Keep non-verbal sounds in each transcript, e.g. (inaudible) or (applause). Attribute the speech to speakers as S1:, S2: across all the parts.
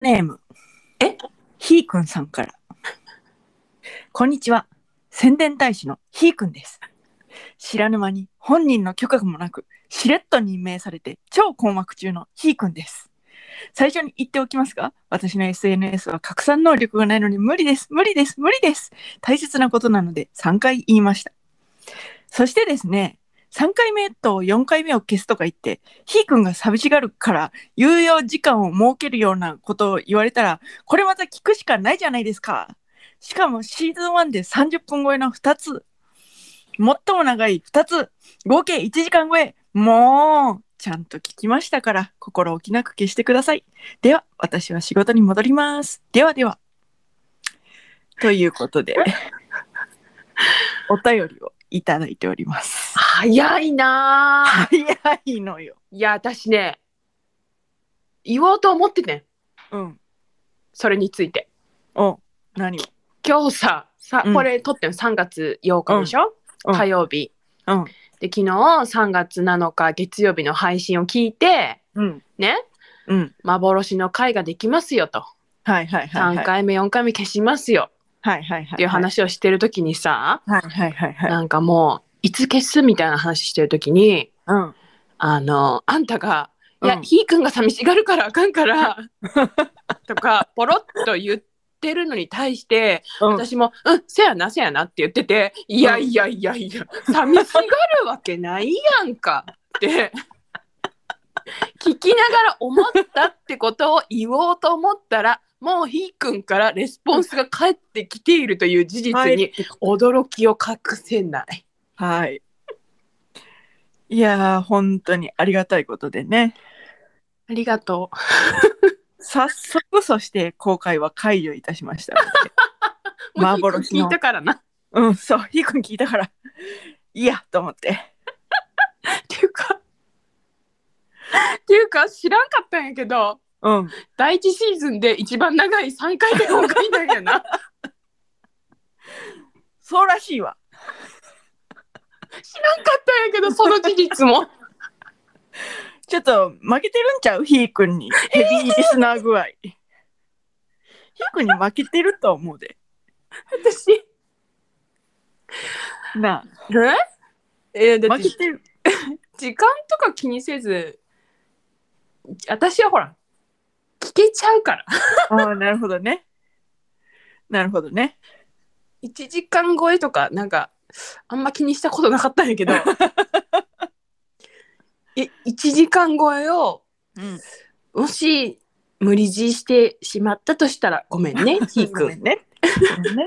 S1: ネーム。
S2: え
S1: ひーくんさんから。こんにちは。宣伝大使のひーくんです。知らぬ間に本人の許可もなく、しれっと任命されて超困惑中のひーくんです。最初に言っておきますが、私の SNS は拡散能力がないのに無理です、無理です、無理です。大切なことなので3回言いました。そしてですね、3回目と4回目を消すとか言って、ひーくんが寂しがるから有用時間を設けるようなことを言われたら、これまた聞くしかないじゃないですか。しかもシーズン1で30分超えの2つ。最も長い2つ。合計1時間超え。もう、ちゃんと聞きましたから、心置きなく消してください。では、私は仕事に戻ります。ではでは。ということで、お便りをいただいております。
S2: 早いなあ
S1: 早いのよ。
S2: いや私ね言おうと思ってね
S1: うん。
S2: それについて
S1: お、何を
S2: 今日ささ
S1: うん
S2: これ撮ってんの3月8日でしょ、
S1: うん
S2: 火曜日、
S1: うん
S2: で昨日3月7日月曜日の配信を聞いて
S1: うん。
S2: ね
S1: うん。
S2: 幻の回ができますよと
S1: はいはいはい、はい。
S2: 3回目4回目消しますよ
S1: はいはいはい。
S2: っていう。話をしてる時にさ、
S1: はいはいはいはい。
S2: なんかもういつ消すみたいな話してる時に
S1: うん。
S2: あのあんたが「いや、
S1: うん
S2: ひーくんが寂しがるからあかんから」とかポロッと言ってるのに対して
S1: うん、
S2: 私も「うんせやなせやな」って言ってて「いやいやいやいや寂しがるわけないやんか」って聞きながら思ったってことを言おうと思ったらもうひーくんからレスポンスが返ってきているという事実に驚きを隠せない。
S1: はい。いやー、本当にありがたいことでね。
S2: ありがとう。
S1: 早速、そして公開は解除いたしま
S2: (laughs)
S1: した。
S2: もうひーくん
S1: 幻の
S2: 聞いたからな。
S1: うん、そう、ひーくん聞いたから、いいや、と思って。
S2: っていうかっていうか知らんかったんやけど
S1: うん。
S2: 第一シーズンで一番長い3回で終わりなんやな
S1: そうらしいわ。
S2: 知らんかったんやけ (laughs) どその事実も
S1: ちょっと負けてるんちゃう (laughs) ひーくんに。ヘビーリスナー具合。ひーくんに負けてると思うで。
S2: 私え
S1: な
S2: え
S1: あ。
S2: だっ
S1: 負
S2: て
S1: けてる。
S2: 時間とか気にせず私はほら聞けちゃうから
S1: ああ、なるほどね。なるほどね。
S2: 1時間超えとかなんかあんま気にしたことなかったんや (laughs) けどえ1時間超えを
S1: うん。
S2: もし無理強いしてしまったとしたらごめんねひーく
S1: ご
S2: ん
S1: めんね。ごめんね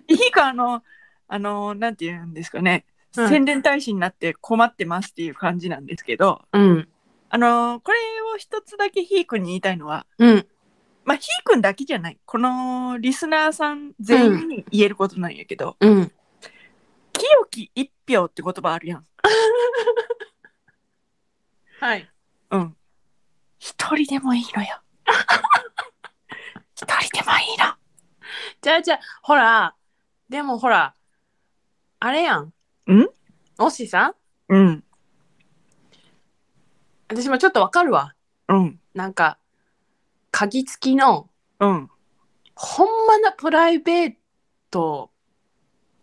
S1: (laughs) ひーくんあの、あの、なんて言うんですかね、
S2: うん
S1: 宣伝大使になって困ってますっていう感じなんですけど、
S2: うん。
S1: あの、これを一つだけひーくんに言いたいのは、
S2: うん。
S1: まあ、ひーくんだけじゃない、このリスナーさん全員に言えることなんやけど、
S2: うん。
S1: 清き一票って言葉あるやん。
S2: はい。
S1: うん。一人でもいいのよ。 (laughs) 一人でもいいの。
S2: じゃあじゃあ、ほら、でもほら、あれやん。
S1: ん
S2: もしさん
S1: うん、
S2: 私もちょっとわかるわ。
S1: うん、
S2: なんか、鍵付きの、
S1: うん、
S2: ほんまなプライベート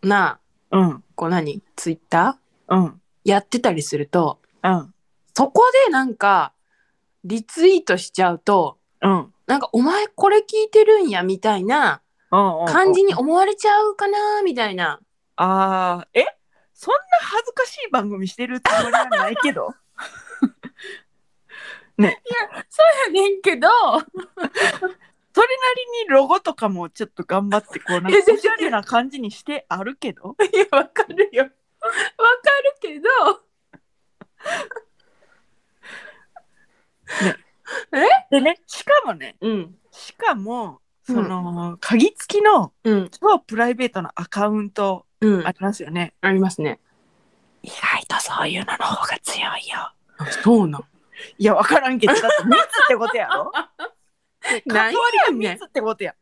S2: な、
S1: うん、
S2: こう何ツイッタ
S1: うん、
S2: ーやってたりすると、
S1: うん、
S2: そこでなんか、リツイートしちゃうと、
S1: うん。
S2: なんか、お前これ聞いてるんや、みたいな感じに思われちゃうかな、みたいな。
S1: ああ、えそんな恥ずかしい番組してるつもりはないけ
S2: (laughs)
S1: ど。
S2: そうやねんけど、
S1: それなりにロゴとかもちょっと頑張ってこうなんか
S2: え全然
S1: おしゃれな感じにしてあるけど。
S2: いや、わかるよ。わかるけど、
S1: でね、しかもね、
S2: うん、
S1: しかも、その、鍵付きの
S2: うん、
S1: 超プライベートなアカウント
S2: うん、
S1: ありますよね。
S2: ありますね。
S1: 意外とそういうのの方が強いよ。
S2: そうなん。
S1: いや、わからんけ
S2: (laughs)
S1: ど、だって密ってことやろ
S2: 何
S1: 関わ
S2: や
S1: りが
S2: ねん
S1: 密。ってことや。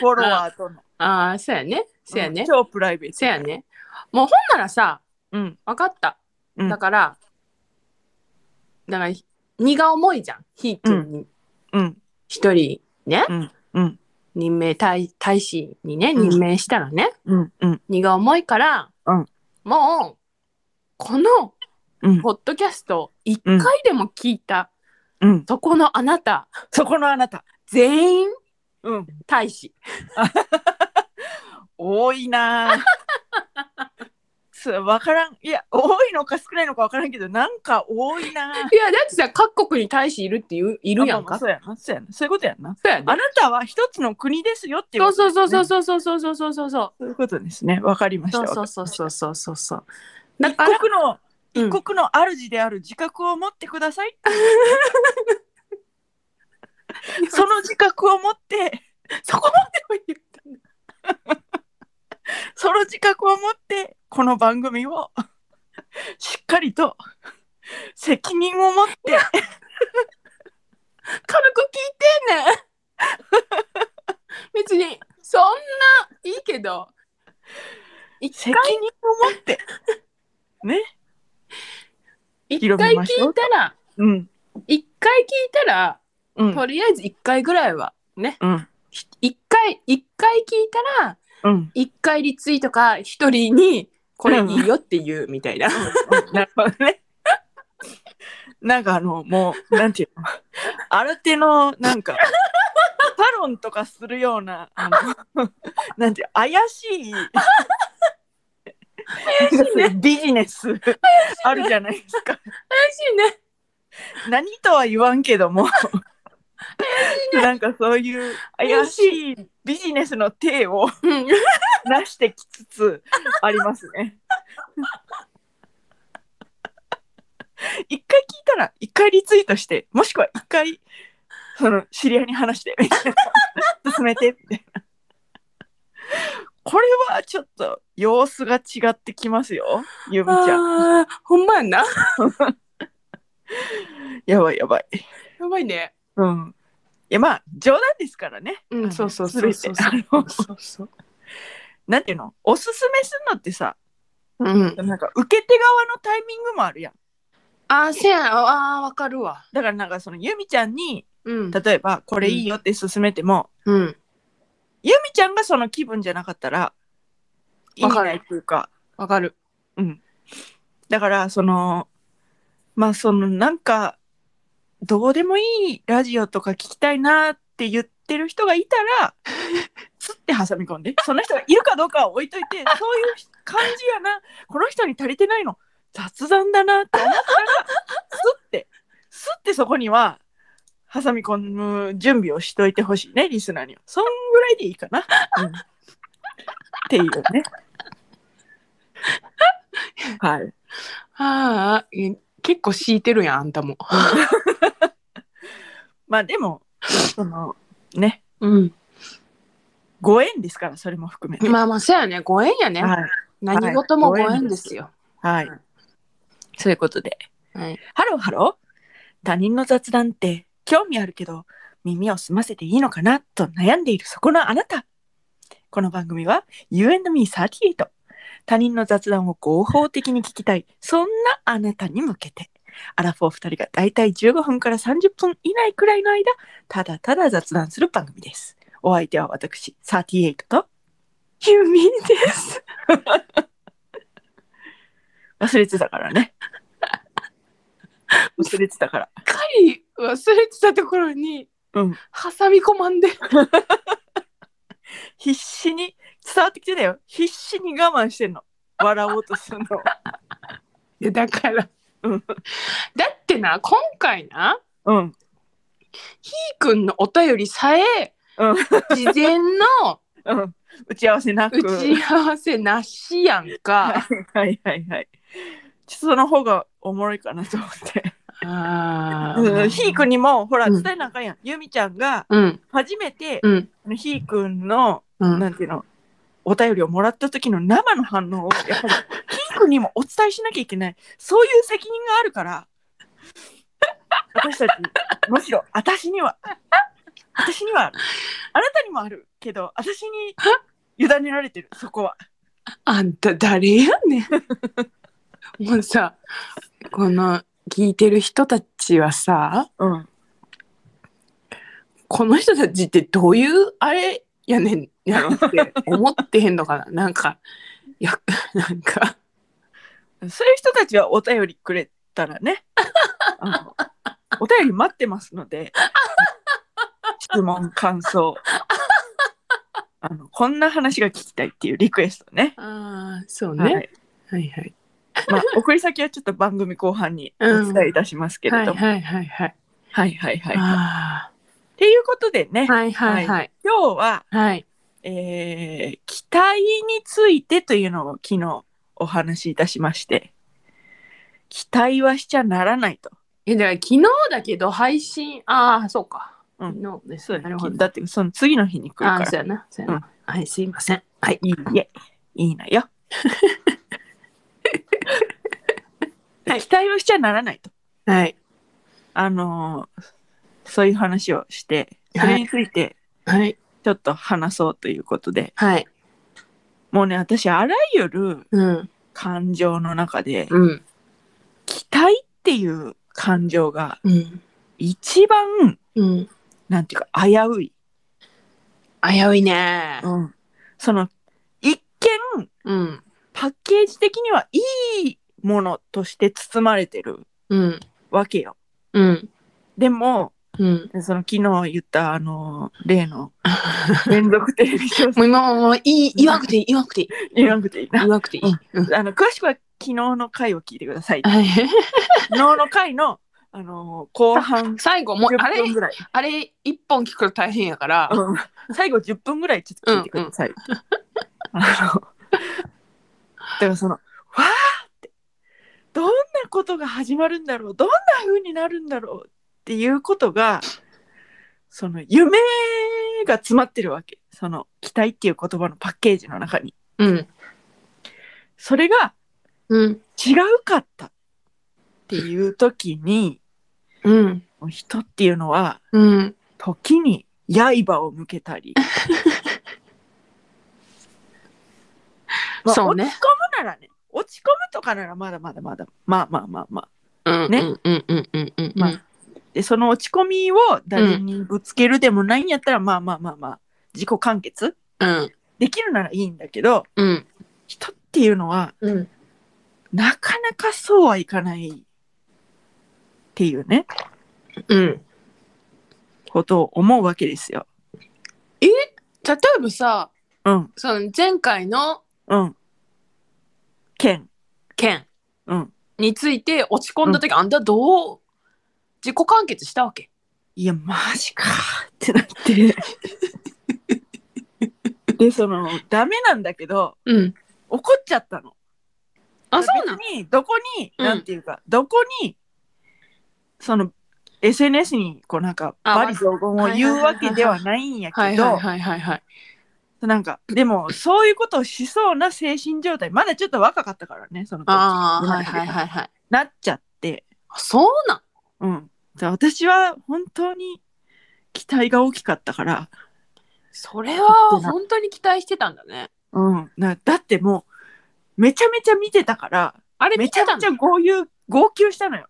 S1: フォロワーとの。
S2: ああ、そうやね。そうやね
S1: ん。超プライベート。
S2: そうや。ね。もうほんならさ、
S1: うん。
S2: わかった。
S1: うん
S2: だから、だから、荷が重いじゃん。ひーくんに
S1: うん。
S2: 一人ね、
S1: うん
S2: 任命大大使にね、
S1: うん
S2: 任命したらね、
S1: うんうん
S2: 荷が重いから、
S1: うん
S2: もう、この
S1: うん
S2: ポッドキャスト1回でも聞いた、
S1: うん
S2: そこのあなた、
S1: そこのあなた
S2: 全員
S1: うん
S2: 大使。
S1: 多いな (laughs) あそうわからんいや多いのか少ないのかわからんけどなんか多いなあ
S2: いや、だってさ、各国に大使いるっていう、いるやん
S1: まあまあ
S2: か。そ
S1: そうやなそうやなそういうことやんな
S2: うや
S1: あ
S2: ね。
S1: なたは一つの国ですよっていう
S2: そ
S1: こと
S2: う
S1: です
S2: そ
S1: ね、
S2: うそうそうそうそうそうそうそうそうそう。
S1: そういうことですねわかりました
S2: そうそう
S1: わか
S2: そうそうそうそうそう。
S1: りま
S2: だ
S1: した
S2: から
S1: 一、国の
S2: うん
S1: 一国の主である自覚を持ってください、 (laughs) その自覚を持って (laughs)
S2: そこまでも言ったんだ
S1: (laughs) その自覚を持ってこの番組をしっかりと責任を持って
S2: 軽く聞いてんねん別にそん (laughs) ないいけど一
S1: 責
S2: 回
S1: 任を持って
S2: 一
S1: 広
S2: 回
S1: め
S2: 聞
S1: ましょう
S2: いたら
S1: うん
S2: 一回聞いたら、
S1: うん
S2: とりあえず一回ぐらいはね
S1: うん
S2: ひ一回一回聞いたら
S1: うん
S2: 一回リツイートか一人にこれいいよっていうみたいな
S1: なるほどね。 (laughs) なんかあのもうなんていうの新手のなん (laughs) かサロンとかするようなあの (laughs) なんていう怪しい (laughs) ビジネスあるじゃないですか。 (laughs)
S2: 嬉しいね
S1: 何とは言わんけどもなんかそういう怪しいビジネスの体を
S2: うん
S1: なしてきつつありますね。 (laughs) 一回聞いたら一回リツイートしてもしくは一回その知り合いに話してみ (laughs) たいな進めてみたいなこれはちょっと様子が違ってきますよゆみちゃん
S2: あーほんまやな
S1: やばいやばい
S2: やばいね
S1: うんいやまあ冗談ですからね
S2: う
S1: あの
S2: んそうそうそうそう
S1: 全てあの
S2: そうそう
S1: なんていうのおすすめするのってさ
S2: うん
S1: なんか受け手側のタイミングもあるやん
S2: あーせやあーわかるわ
S1: だからなんかそのゆみちゃんに
S2: うん
S1: 例えばこれいいよって勧めても、
S2: うん
S1: ゆみちゃんがその気分じゃなかったら意味ないというか
S2: わかる
S1: だからそのまあそのなんかどうでもいいラジオとか聞きたいなって言ってる人がいたらスッて挟み込んでその人がいるかどうかは置いといてそういう感じやなこの人に足りてないの雑談だなって思ったらスッてスッてそこには挟み込む準備をしといてほしいねリスナーにはそんぐらいでいいかな、うんっていうねはい
S2: ああ、え結構敷いてるやん、あんたも。
S1: まあでも、そのね、
S2: うん。
S1: ご縁ですから、それも含めて。
S2: まあまあ、そうやね。ご縁やね。
S1: はい、
S2: 何事もご
S1: はい
S2: 縁ですよ。
S1: はい。そういうことで。
S2: はい。
S1: ハローハロー。他人の雑談って興味あるけど、耳を澄ませていいのかなと悩んでいるそこのあなた。この番組は U&Me38。他人の雑談を合法的に聞きたい。そんなあなたに向けて。アラフォー2人がだいたい15分から30分以内くらいの間、ただただ雑談する番組です。お相手は私、38と
S2: ゆみです。
S1: (laughs) 忘れてたからね。忘れてたから。
S2: かり忘れてたところに、
S1: うん
S2: 挟み込まんで。
S1: 必死に伝わってきてたよ必死に我慢してんの笑おうとするの
S2: いやだから。
S1: うん
S2: だってな、今回な、
S1: (laughs) うん
S2: ひーくんのお便りさえ、
S1: うん
S2: 事前の
S1: (laughs) うん打ち合わせなく
S2: 打ち合わせなしやんか。
S1: はいはいはいちょっとその方がおもろいかなと思
S2: (laughs)
S1: って
S2: あ
S1: うんひーく
S2: ん。
S1: んにもほら
S2: うん
S1: 伝えなあかんやん、ゆみちゃんが
S2: うん。
S1: 初めて、
S2: うん。
S1: ひーくんの
S2: うん。
S1: なんていうのお便りをもらった時の生の反応をやっぱりひーくんにもお伝えしなきゃいけないそういう責任があるから私た
S2: (laughs)
S1: ちむしろ私には私にはあるあなたにもあるけど私に委ねられてるそこは
S2: あんた誰やね
S1: (laughs)
S2: ん。もうさ、この聞いてる人たちはさ、
S1: うん
S2: この人たちってどういうあれやねんやろって思ってへんのかななんかいやなんか
S1: そういう人たちはお便りくれたらねあのお便り待ってますので質問感想あのこんな話が聞きたいっていうリクエストね、
S2: ああそうね、は、
S1: はいい
S2: はいはい
S1: まあ、送り先はちょっと番組後半にお伝えいたしますけ
S2: は
S1: れ
S2: い
S1: ども、
S2: はいはいはい
S1: はいはいはいはい
S2: あ
S1: っていうことでね、
S2: ーはいはいはい
S1: 今日は、
S2: はい
S1: えー期待についてというのを昨日お話しいたしまして期待はしちゃならないと。
S2: えだから昨日だけど配信ああそうか、
S1: うん
S2: 昨日です
S1: そうだ
S2: なるほど
S1: だってその次の日に来る
S2: あ
S1: か
S2: ーそう
S1: ら。
S2: やなそうやな、はいすいませんはい
S1: いいえ、いいのよ。
S2: (laughs) はい
S1: 期待をしちゃならないと。
S2: はい
S1: あのーそういう話をして、それについて
S2: はい
S1: ちょっと話そうということで、
S2: はい
S1: もうね、私、あらゆる
S2: うん
S1: 感情の中で、
S2: うん
S1: 期待っていう感情が
S2: うん
S1: 一番、
S2: うん
S1: なんていうか、危うい。
S2: 危ういね
S1: その、一見、
S2: うん
S1: パッケージ的にはいいものとして包まれてる
S2: うん
S1: わけよ。
S2: うん
S1: でも、
S2: うん (laughs)
S1: その昨日言ったあの例の連続テレビ小説
S2: (laughs) もう今もういい言わなくていい言わなくていい
S1: 言わなくていいな
S2: 言わなくていい、うん (laughs)
S1: あの詳しくは昨日の回を聞いてください。
S2: はい
S1: 昨日の回のあの後半
S2: 最後もうあ
S1: 10
S2: れ
S1: 分ぐらい、
S2: あれ一本聞くの大変やから、
S1: うん最後10分ぐらいちょっと聞いてください。あのだからそのわーってどんなことが始まるんだろうどんな風になるんだろうっていうことがその夢が詰まってるわけその期待っていう言葉のパッケージの中に。
S2: うん
S1: それが
S2: うん
S1: 違うかったっていう時に
S2: うん
S1: 人っていうのは
S2: うん
S1: 時に刃を向けたり、まあ
S2: (laughs) そうね
S1: 落ち込むならね落ち込むとかならまだまだまだまあまあまあまあ
S2: うん
S1: ね
S2: うんうんうんうんうん
S1: まあでその落ち込みを誰にぶつけるでもないんやったら、まあまあまあまあ自己完結
S2: うん
S1: できるならいいんだけど
S2: うん
S1: 人っていうのは
S2: うん
S1: なかなかそうはいかないっていうね
S2: うん
S1: ことを思うわけですよ。
S2: 例えばさ
S1: うん
S2: その前回の
S1: うん。剣。
S2: 件
S1: うん。
S2: について落ち込んだ時、あんたどう自己完結したわけ
S1: いや、マジかってな
S2: (laughs)
S1: って。で、その、ダメなんだけど、
S2: うん
S1: 怒っちゃったの。
S2: あそうなの
S1: 別に、どこに、
S2: うん
S1: なんていうか、どこに、その、SNS に、こう、なんか、
S2: あ
S1: バリ雑言を言うわけではないんや
S2: は
S1: け
S2: いはい
S1: ど、
S2: はいはいはい
S1: なんか、でも、そういうことをしそうな精神状態、まだちょっと若かったからね、その時
S2: ああ
S1: 今
S2: はいはいはいはい
S1: なっちゃって、
S2: あそうなん
S1: うん。じゃあ私は本当に期待が大きかったから、
S2: それは本当に期待してたんだね
S1: うん。なだってもう、めちゃめちゃ見てたから、
S2: あれ
S1: め
S2: 見
S1: ちゃ
S2: てた
S1: め
S2: ん
S1: ちゃ号泣、号泣したのよ。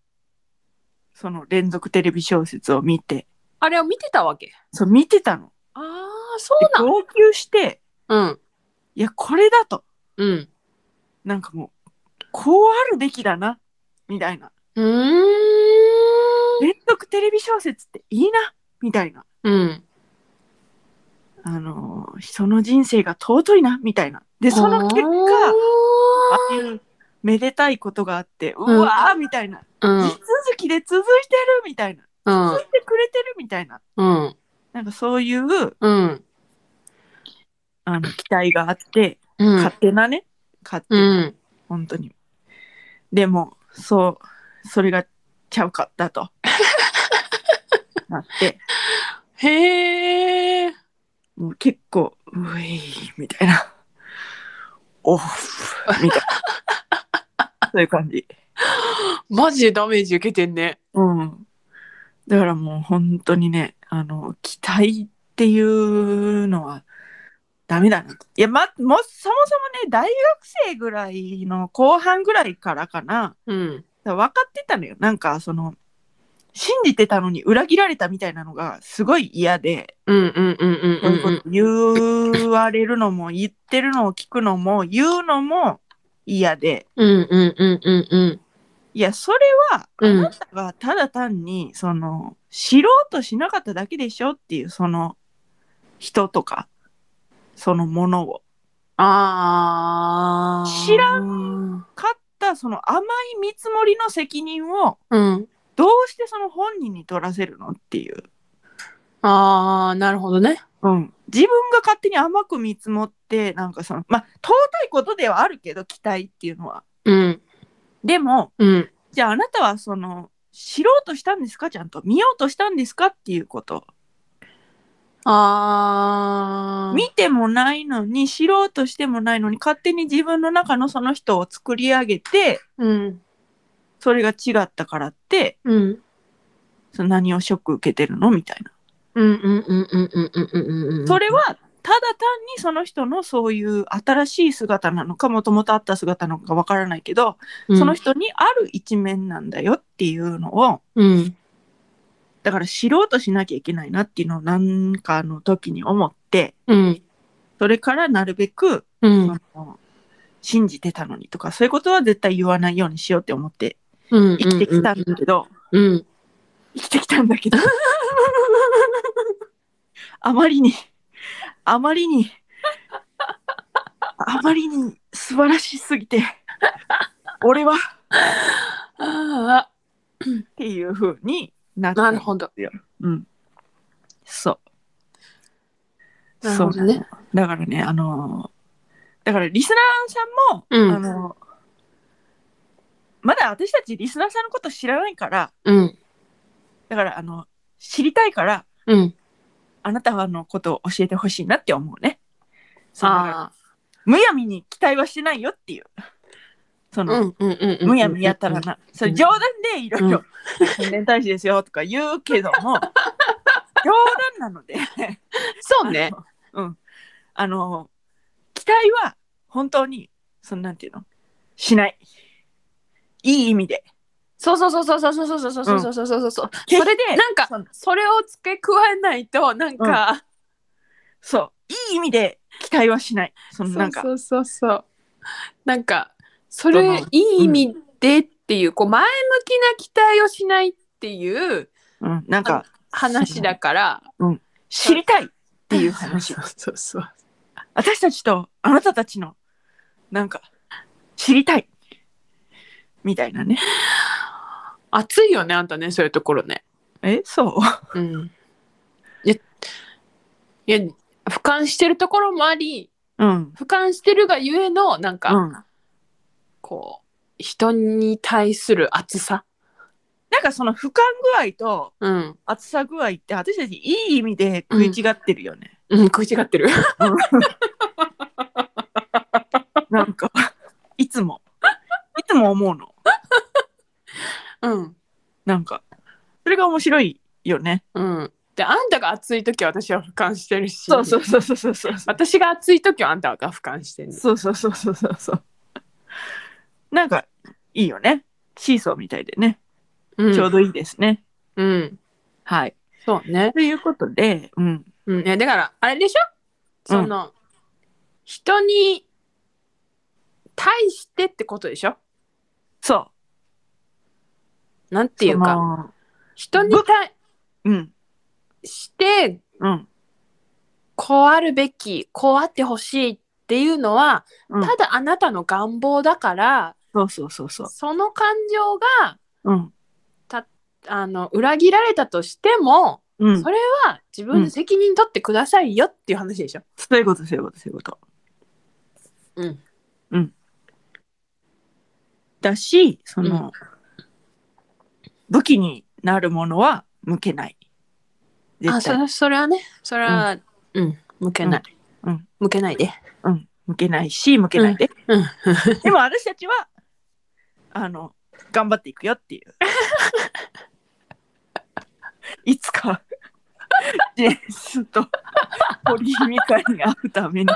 S1: その連続テレビ小説を見て。
S2: あれを見てたわけ
S1: そう、見てたの。
S2: ああそ
S1: で
S2: うなん
S1: 号泣して、
S2: うん
S1: いや、これだと。
S2: うん
S1: なんかもう、こうあるべきだな。みたいな。
S2: うーん
S1: 連続テレビ小説っていいな。みたいな。
S2: うん
S1: あのー人の人生が尊いな。みたいな。で、その結果、ああいうめでたいことがあって、うわーみたいな、
S2: うん
S1: 地続きで続いてるみたいな、
S2: うん
S1: 続いてくれてるみたいな、
S2: うん
S1: なんかそういう
S2: うん
S1: あの期待があって、
S2: うん
S1: 勝手なね、勝手、
S2: うん
S1: 本当に。でも、そう、それがちゃうかった
S2: (laughs)
S1: と。なって、
S2: へえ
S1: もう結構、うえい、みたいな。オフ、みたい
S2: (laughs)
S1: な。そういう感じ。
S2: マジでダメージ受けてんね
S1: うん。だからもう本当にね、あの、期待っていうのはダメだなと。いや、ま、もう、そもそもね、大学生ぐらいの後半ぐらいからかな、
S2: うん
S1: 分かってたのよ。なんか、その、信じてたのに裏切られたみたいなのがすごい嫌で、
S2: うんうんうんうん
S1: こういうこと言われるのも言ってるのを聞くのも言うのも嫌で、
S2: うんうんうんうんうん
S1: いや、それはあ
S2: うん
S1: なたがただ単に、その、知ろうとしなかっただけでしょっていう、その、人とか、そのものを。
S2: あー
S1: 知らん買ったその甘い見積もりの責任を
S2: うん
S1: どうしてその本人に取らせるのっていう、
S2: ああなるほどね
S1: うん、自分が勝手に甘く見積もってなんかそのまあ尊いことではあるけど期待っていうのは
S2: うん
S1: でも
S2: うん
S1: じゃああなたはその知ろうとしたんですかちゃんと見ようとしたんですかっていうこと
S2: あー
S1: 見てもないのに知ろうとしてもないのに勝手に自分の中のその人を作り上げて
S2: うん
S1: それが違ったからって
S2: うん
S1: その何をショック受けてるのみたいな。
S2: うんうんうんうんうんうんうんうんうん
S1: それはただ単にその人のそういう新しい姿なのかもともとあった姿なのかわからないけど、
S2: うん
S1: その人にある一面なんだよっていうのを
S2: うん
S1: だから知ろうとしなきゃいけないなっていうのをなんかの時に思って
S2: うん
S1: それからなるべく、
S2: うん
S1: その信じてたのにとかそういうことは絶対言わないようにしようって思って
S2: うん
S1: 生きてきたんだけど、
S2: うん
S1: 生きてきたんだけど (laughs) あまりにあまりにあまりに素晴らしすぎて俺はっ
S2: あ
S1: ていう風になっ
S2: あ
S1: た
S2: なるほど
S1: うん、そう
S2: なるほどね
S1: そうなのだからねあのだからリスナーさんも、
S2: うん
S1: あのまだ私たちリスナーさんのこと知らないから
S2: うん
S1: だからあの知りたいから
S2: うん
S1: あなたのことを教えてほしいなって思うね。そのだから
S2: あ
S1: むやみに期待はしてないよっていう。そ
S2: あ
S1: の、
S2: うんうんうんうん
S1: むやみやったらな。それ冗談でいろいろ、宣伝大使ですよとか言うけど
S2: (laughs)
S1: も、冗談なので、
S2: そうね
S1: あの。うん。あの、期待は本当に、そのなんていうのしない。いい意味で。
S2: そうそうそうそうそうそうそうそうそうそうそうそうそう
S1: うん
S2: それでなんか
S1: その
S2: それを付け加えないとなんか、
S1: そう。いい意味で期待はしない。そのなんか、
S2: そうそうそうそうなんかそれいい意味でっていう,、こう前向きな期待をしないっていう
S1: うん、なんか、
S2: 話だから
S1: 知りたいっていう話
S2: そ。うそうそう
S1: 私たちとあなたたちのなんか知りたいみたいなね
S2: 熱いよねあんたねそういうところね
S1: えそう
S2: うんいやいや俯瞰してるところもあり
S1: うん
S2: 俯瞰してるがゆえのなんか、
S1: うん
S2: こう人に対する熱さ
S1: なんかその俯瞰具合と
S2: うん
S1: 厚さ具合って私たちいい意味で食い違ってるよね、
S2: うん食い違ってる
S1: うんなんかいつもいつも思うの
S2: (laughs) うん
S1: なんかそれが面白いよね
S2: うんであんたが熱い時は私は俯瞰してるし
S1: そうそうそうそうそうそうそう
S2: 私が熱い時はあんたが俯瞰してる
S1: そうそうそうそうそうそうなんかいいよねシーソーみたいでね
S2: うん
S1: ちょうどいいですね、
S2: うん
S1: はい。
S2: そうね
S1: ということで、うん。
S2: うんいやだからあれでしょその、人に対してってことでしょ
S1: そう。っ
S2: なんていうか
S1: か。
S2: 人に対
S1: うん。
S2: して
S1: うん。
S2: こうあるべきこうあってほしいっていうのは、
S1: うん
S2: ただあなたの願望だから
S1: そうそうそうそう。
S2: その感情が
S1: うん。
S2: あの裏切られたとしても、
S1: うん
S2: そ。れは自分で責任取ってくださいよっていう話でしょ。
S1: そういうこと、そういうこと、そういうこと。
S2: うん、
S1: だし、その、武器になるものは向けない。絶
S2: あそ
S1: 対。
S2: れそれはねそれは、うん向けない、
S1: うん
S2: 向けないで。
S1: うん。向けないし、向けないで。
S2: うん
S1: でも私たちは、あの、頑張っていくよって (laughs) いう。いつか、ジェンスと堀井美香に会うために、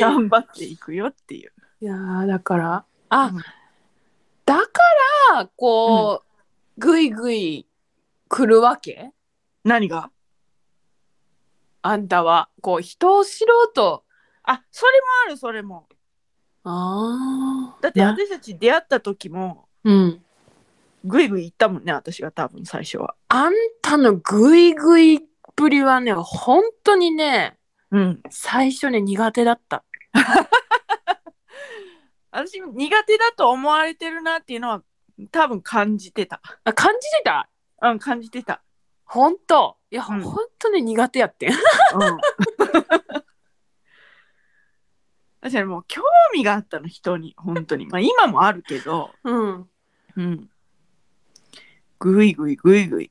S1: 頑張っていくよっていう。
S2: いやーだからあ、
S1: うん
S2: だからこう、ぐいぐい来るわけ
S1: 何が
S2: あんたはこう人を知ろうと
S1: あそれもあるそれも
S2: あ
S1: だって私たち出会った時も
S2: うん
S1: ぐいぐい行ったもんね私が多分最初は
S2: あんたのぐいぐいっぷりはね本当にね
S1: うん
S2: 最初ね苦手だった
S1: 私苦手だと思われてるなっていうのは多分感じてた
S2: あ感じてた
S1: うん感じてた、
S2: 本当いや、
S1: うん
S2: 本当ね苦手やってん (laughs)
S1: うん、 (laughs) 私はもう興味があったの人に本当にまあ今もあるけど
S2: うん
S1: うんぐいぐいぐいぐい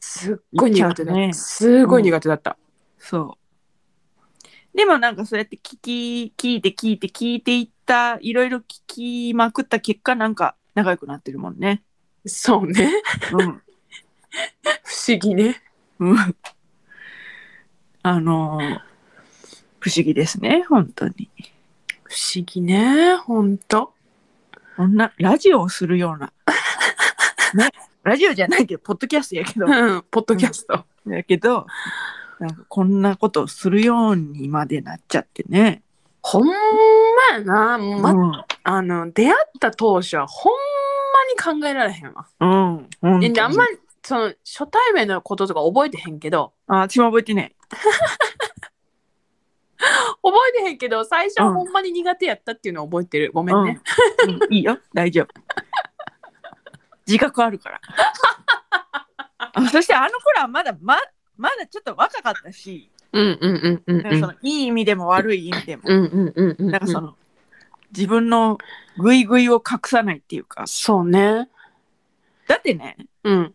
S2: すっごい苦手だった、
S1: いっちゃうね
S2: すごい苦手だった、
S1: そう。でもなんかそうやって聞き、聞いて聞いて聞いていった、いろいろ聞きまくった結果、なんか仲良くなってるもんね。
S2: そうね
S1: うん。
S2: 不思議ね
S1: うん (laughs) あのー不思議ですね、本当に。
S2: 不思議ね本当
S1: こんな、ラジオをするよう
S2: (laughs)
S1: な。ね、ラジオじゃないけど、ポッドキャストやけど、
S2: うんポッドキャスト、
S1: やけど、なんかこんなことをするようにまでなっちゃってね。
S2: ほんまやな、まあの出会った当初はほんまに考えられへんわ、
S1: うん。うん。本当
S2: で
S1: に
S2: あんまりその初対面のこととか覚えてへんけど
S1: あ、私も覚えてない。
S2: 覚えてへんけど最初はほんまに苦手やったっていうのを覚えてるごめんね、
S1: うんうんいいよ、大丈夫。自覚ある
S2: (laughs)
S1: から。あそしてあの頃はまだままだちょっと若かったし、
S2: うん、うんうんうん
S1: なんかそのいい意味でも悪い意味でも、
S2: うんうんうんうん
S1: なんかその自分のぐいぐいを隠さないっていうか、
S2: そうね
S1: だってね、
S2: うん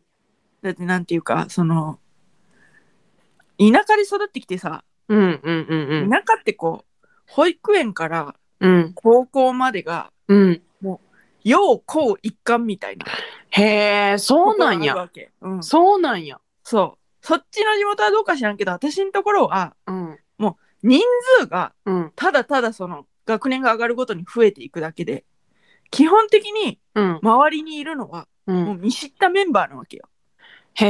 S1: だってなんていうか、その田舎で育ってきてさ、
S2: うんうんうん
S1: 田
S2: うん
S1: 舎ってこう保育園から
S2: うん
S1: 高校までが
S2: うん
S1: 要こう一貫みたいな。
S2: へえそうなんや。
S1: うん、
S2: そうなんや
S1: そう。そっちの地元はどうか知らんけど、私のところは
S2: うん
S1: 人数が
S2: うん
S1: ただただその学年が上がるごとに増えていくだけで、基本的に
S2: うん
S1: 周りにいるのは
S2: う
S1: もうん見知ったメンバーなわけよ。
S2: へ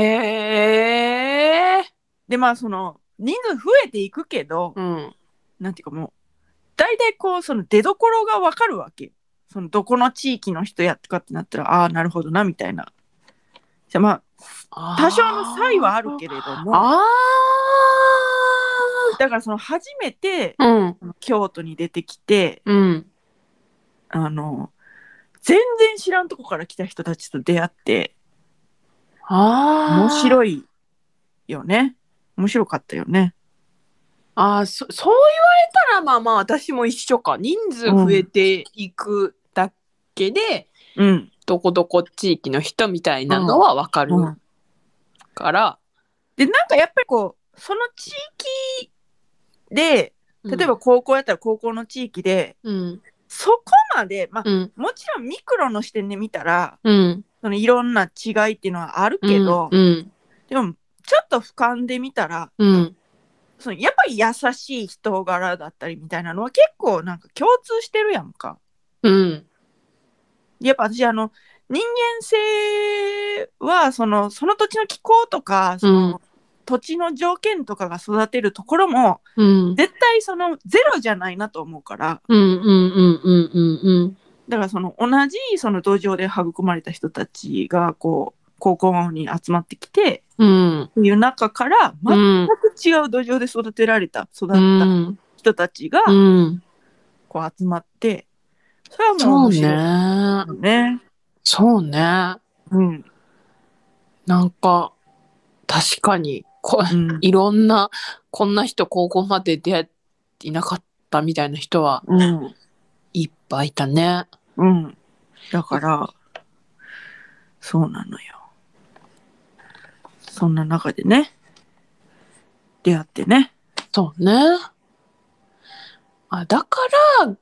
S2: え
S1: で、まあその人数増えていくけど、
S2: うん
S1: なんていうかもう、大体こうその出どころがわかるわけよ。そのどこの地域の人やとかってなったら、ああー、なるほどな、みたいな。じゃあまあ、多少の差異はあるけれども、
S2: あ
S1: だからその初めて
S2: あうん
S1: 京都に出てきて、
S2: うん
S1: あの、全然知らんとこから来た人たちと出会って、
S2: ああ
S1: 面
S2: い
S1: 白いよね。面白かったよね。
S2: ああそそう言われたらまあまあ私も一緒か人数増えていくだけで、
S1: うん。
S2: どこどこ地域の人みたいなのはわかる
S1: うん
S2: から、
S1: で、なんかやっぱりこう、その地域で、例えば高校やったら高校の地域で、
S2: うん
S1: そこまで、まあ、
S2: うん
S1: もちろんミクロの視点で見たら、
S2: うん
S1: そのいろんな違いっていうのはあるけど、
S2: うん
S1: でも、ちょっと俯瞰で見たら、
S2: うん
S1: そのやっぱり優しい人柄だったりみたいなのは結構なんか共通してるやんか。
S2: うん
S1: やっぱ私あの人間性はそのその土地の気候とかその、
S2: うん
S1: 土地の条件とかが育てるところも
S2: うん
S1: 絶対そのゼロじゃないなと思うから
S2: うんうんうんうんうん
S1: だからその同じその土壌で育まれた人たちがこう高校に集まってきて
S2: うん
S1: っていう中から
S2: う
S1: 全
S2: ん
S1: く違う土壌で育てられた育っ
S2: う
S1: た
S2: ん
S1: 人たちが
S2: うん
S1: こう集まってそれはも
S2: そうう
S1: 面白い
S2: ね
S1: よね。
S2: そうね
S1: うん
S2: なんか確かにこ
S1: うん
S2: いろんなこんな人高校まで出会っていなかったみたいな人は
S1: うん
S2: いっぱいいたね。
S1: うん。だから、そうなのよ。そんな中でね、出会ってね。
S2: そうね。あだから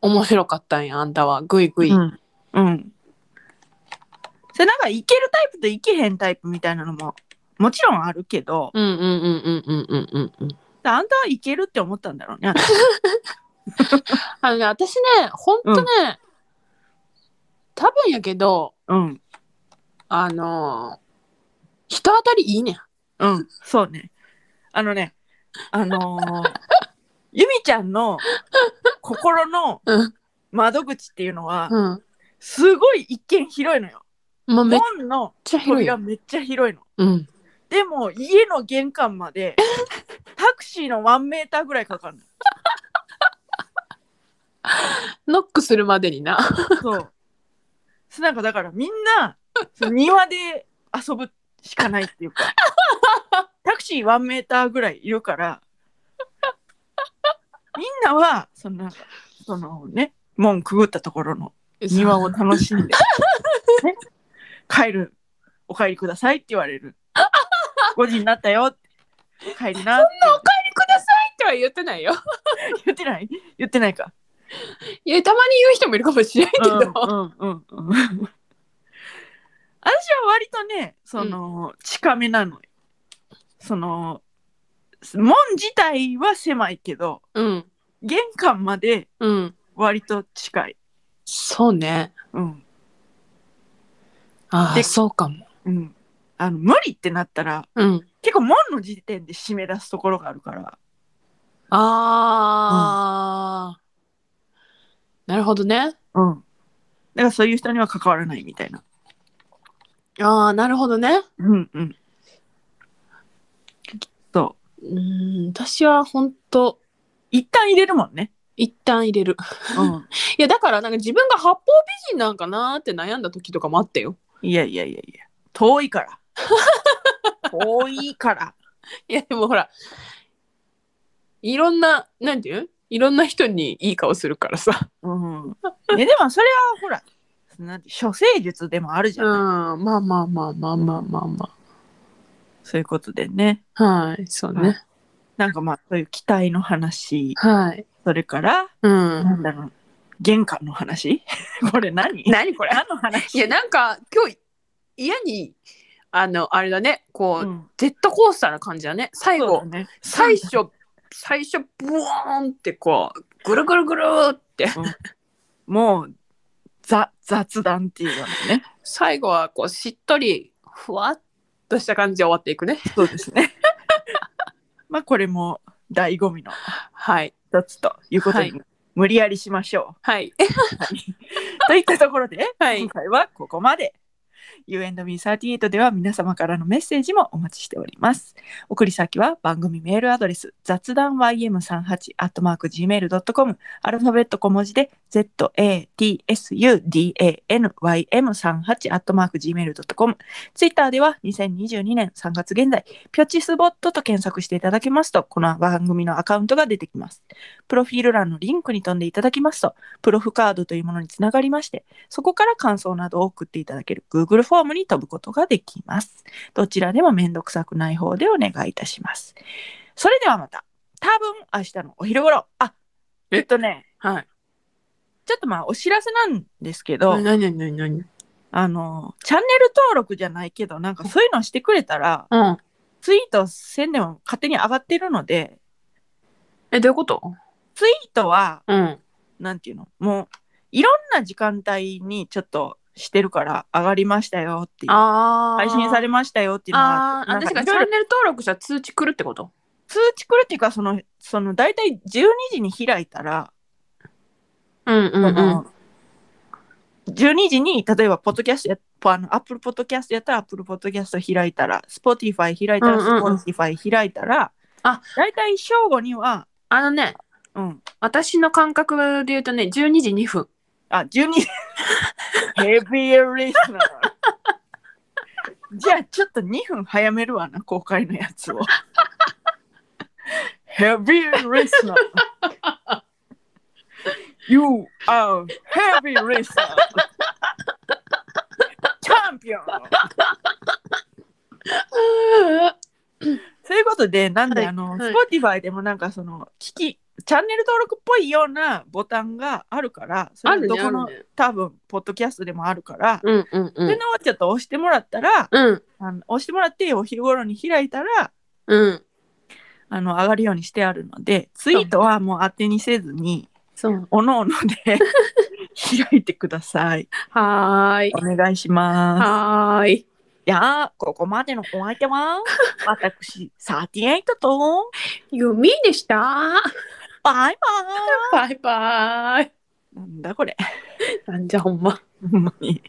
S2: 面白かったんやあんたはグイグイ。
S1: うん。うん。それなんか、いけるタイプといけへんタイプみたいなのも、もちろんあるけど、
S2: うんうんうんうんうんうんうんうん。
S1: あんたはいけるって思ったんだろうね。
S2: あのね私ねほんとね、多分やけど
S1: うん。
S2: あのー人当たりいいねん。
S1: うん、そうね。あのね、あのーゆみちゃんの心の
S2: うん
S1: 窓口っていうのは、
S2: うん。
S1: すごい一見広いのよ。
S2: まあ、めっ
S1: 本の
S2: ちゃ
S1: 扉
S2: 広いよ。
S1: めっちゃ広いの。
S2: うん。
S1: でも、家の玄関まで、タクシーのワンメーターぐらいかかるの。
S2: ノックするまでにな。
S1: そう。そうなんかだからみんな、その庭で遊ぶしかないっていうか、タクシーワンメーターぐらいいるから、みんなは、そのなんか、そのね、門くぐったところの庭を楽しんで、ね、帰る、お帰りくださいって言われる。5時になったよって。お帰りなって
S2: くださいとは言ってないよ。
S1: 言ってない言ってないか。
S2: いや、たまに言う人もいるかもしれんけ
S1: うん
S2: ど。
S1: うんうんうん私は割とねその、近めなのよその門自体は狭いけど
S2: うん。
S1: 玄関まで
S2: うん。
S1: 割と近い、
S2: そうね。
S1: うん
S2: あ
S1: で
S2: あ、そうかも。
S1: うん、あの無理ってなったら
S2: うん。
S1: 結構門の時点で締め出すところがあるから
S2: ああ、なるほどね。
S1: うんだからそういう人には関わらないみたいな
S2: ああ、なるほどね。
S1: うんうんそう
S2: うーん、私は本当
S1: 一旦入れるもんね、
S2: 一旦入れる。
S1: うん、
S2: いや、だからなんか自分が八方美人なんかなーって悩んだ時とかもあったよ。
S1: いやいやいやいや、遠い
S2: (laughs)
S1: から。遠いから。
S2: いや、でもほら、いろんな、なんていうんいろんな人にいい顔するからさ。
S1: うん。ね、でもそれはほら、なんて、処世術でもあるじ
S2: う
S1: ゃな
S2: ん、
S1: い、
S2: まあまあまあまあまあまあま
S1: そういうことでね。
S2: あ。はい、そうね。
S1: なんかまあ、そういう期待の話、
S2: はい。
S1: それから、
S2: うん。
S1: なんだろう、玄関の話 (laughs) これ何
S2: 何これ
S1: 何の話
S2: いや、なんか今日、嫌に、あの、あれだね、こう、
S1: うん、
S2: ジェットコースターな感じだね。最
S1: そう
S2: 後
S1: だ、ね。
S2: 最初、最初、ブワーンってこう、ぐるぐるぐるーって、
S1: もう、ざ雑談っていうのね。
S2: 最後はこう、しっとり、ふわっとした感じで終わってい (laughs) くね。
S1: そうですね。まあ、これも醍醐味の
S2: はい。
S1: 一つということに、
S2: は
S1: 無理やりしましょう。
S2: はい。
S1: (laughs) といったところで、
S2: はい
S1: 今回はここまで。U&Me38 では皆様からのメッセージもお待ちしております。送り先は番組メールアドレス雑談 ym38-gmail.com アルファベット小文字で zatsudanym38-gmail.com ツイッターでは2022年3月現在ピョチスボットと検索していただけますとこの番組のアカウントが出てきます。プロフィール欄のリンクに飛んでいただきますとプロフカードというものにつながりまして、そこから感想などを送っていただける Google フォームに飛ぶことができます。どちらでもめんどくさくない方でお願いいたします。それではまた、多分明日のお昼頃。あ、
S2: え
S1: えっとね、
S2: はい。
S1: ちょっとまあお知らせなんですけど、
S2: 何何何何
S1: あの、チャンネル登録じゃないけど、なんかそういうのしてくれたら、
S2: うん。
S1: ツイートせんでも勝手に上がってるので、
S2: え、どういうこと
S1: ツイートは、
S2: うん。
S1: なんていうのもう、いろんな時間帯にちょっとしてるから、上がりましたよっていう。
S2: ああ。
S1: 配信され
S2: ま
S1: ましたよっていうのは
S2: あー
S1: な
S2: あ、
S1: んか
S2: 私が
S1: い
S2: チャ
S1: ろ
S2: ン
S1: い
S2: ネ
S1: ろ
S2: ル登録したら通知来るってこと
S1: 通知来るっていうかそのその大体12時に開いたら、
S2: うんう
S1: その12時に例えばポッドキャストやあのアップルポッドキャストやったらアップルポッドキャスト開いたら Spotify 開いたら
S2: うんうんうん
S1: Spotify 開いたら、
S2: あ
S1: 大体正午には、
S2: あのね、
S1: うん、
S2: 私の感覚で言うとね、12時2分。
S1: あ12時
S2: (laughs)
S1: ヘビーリスナーじゃあちょっと2分早めるわな公開のやつ
S2: (laughs)
S1: をヘビーリスナー You are heavy listener. Champion! ということで、なんで、
S2: はい
S1: あの、
S2: はい
S1: Spotify でもなんかその、聞き、チャンネル登録っぽいようなボタンがあるから、そ
S2: あ
S1: れ
S2: る
S1: ど
S2: ね、
S1: この、
S2: あるね
S1: 多分、ポッドキャストでもあるから、
S2: うんうんう。
S1: そういうんのをちょっと押してもらったら、
S2: うん
S1: あの押してもらって、お昼頃に開いたら、
S2: うん。
S1: あの、上がるようにしてあるので、ツイートはもう当てにせずに、
S2: そう。
S1: おのおので開いてください。
S2: はーい
S1: お。願いします。
S2: はーい。
S1: いやあここまでのお相手は、私、38と、
S2: 弓でした。
S1: バイバ
S2: バイバイ。
S1: イなんだこれ。
S2: なんじゃほんま。
S1: ほんまに。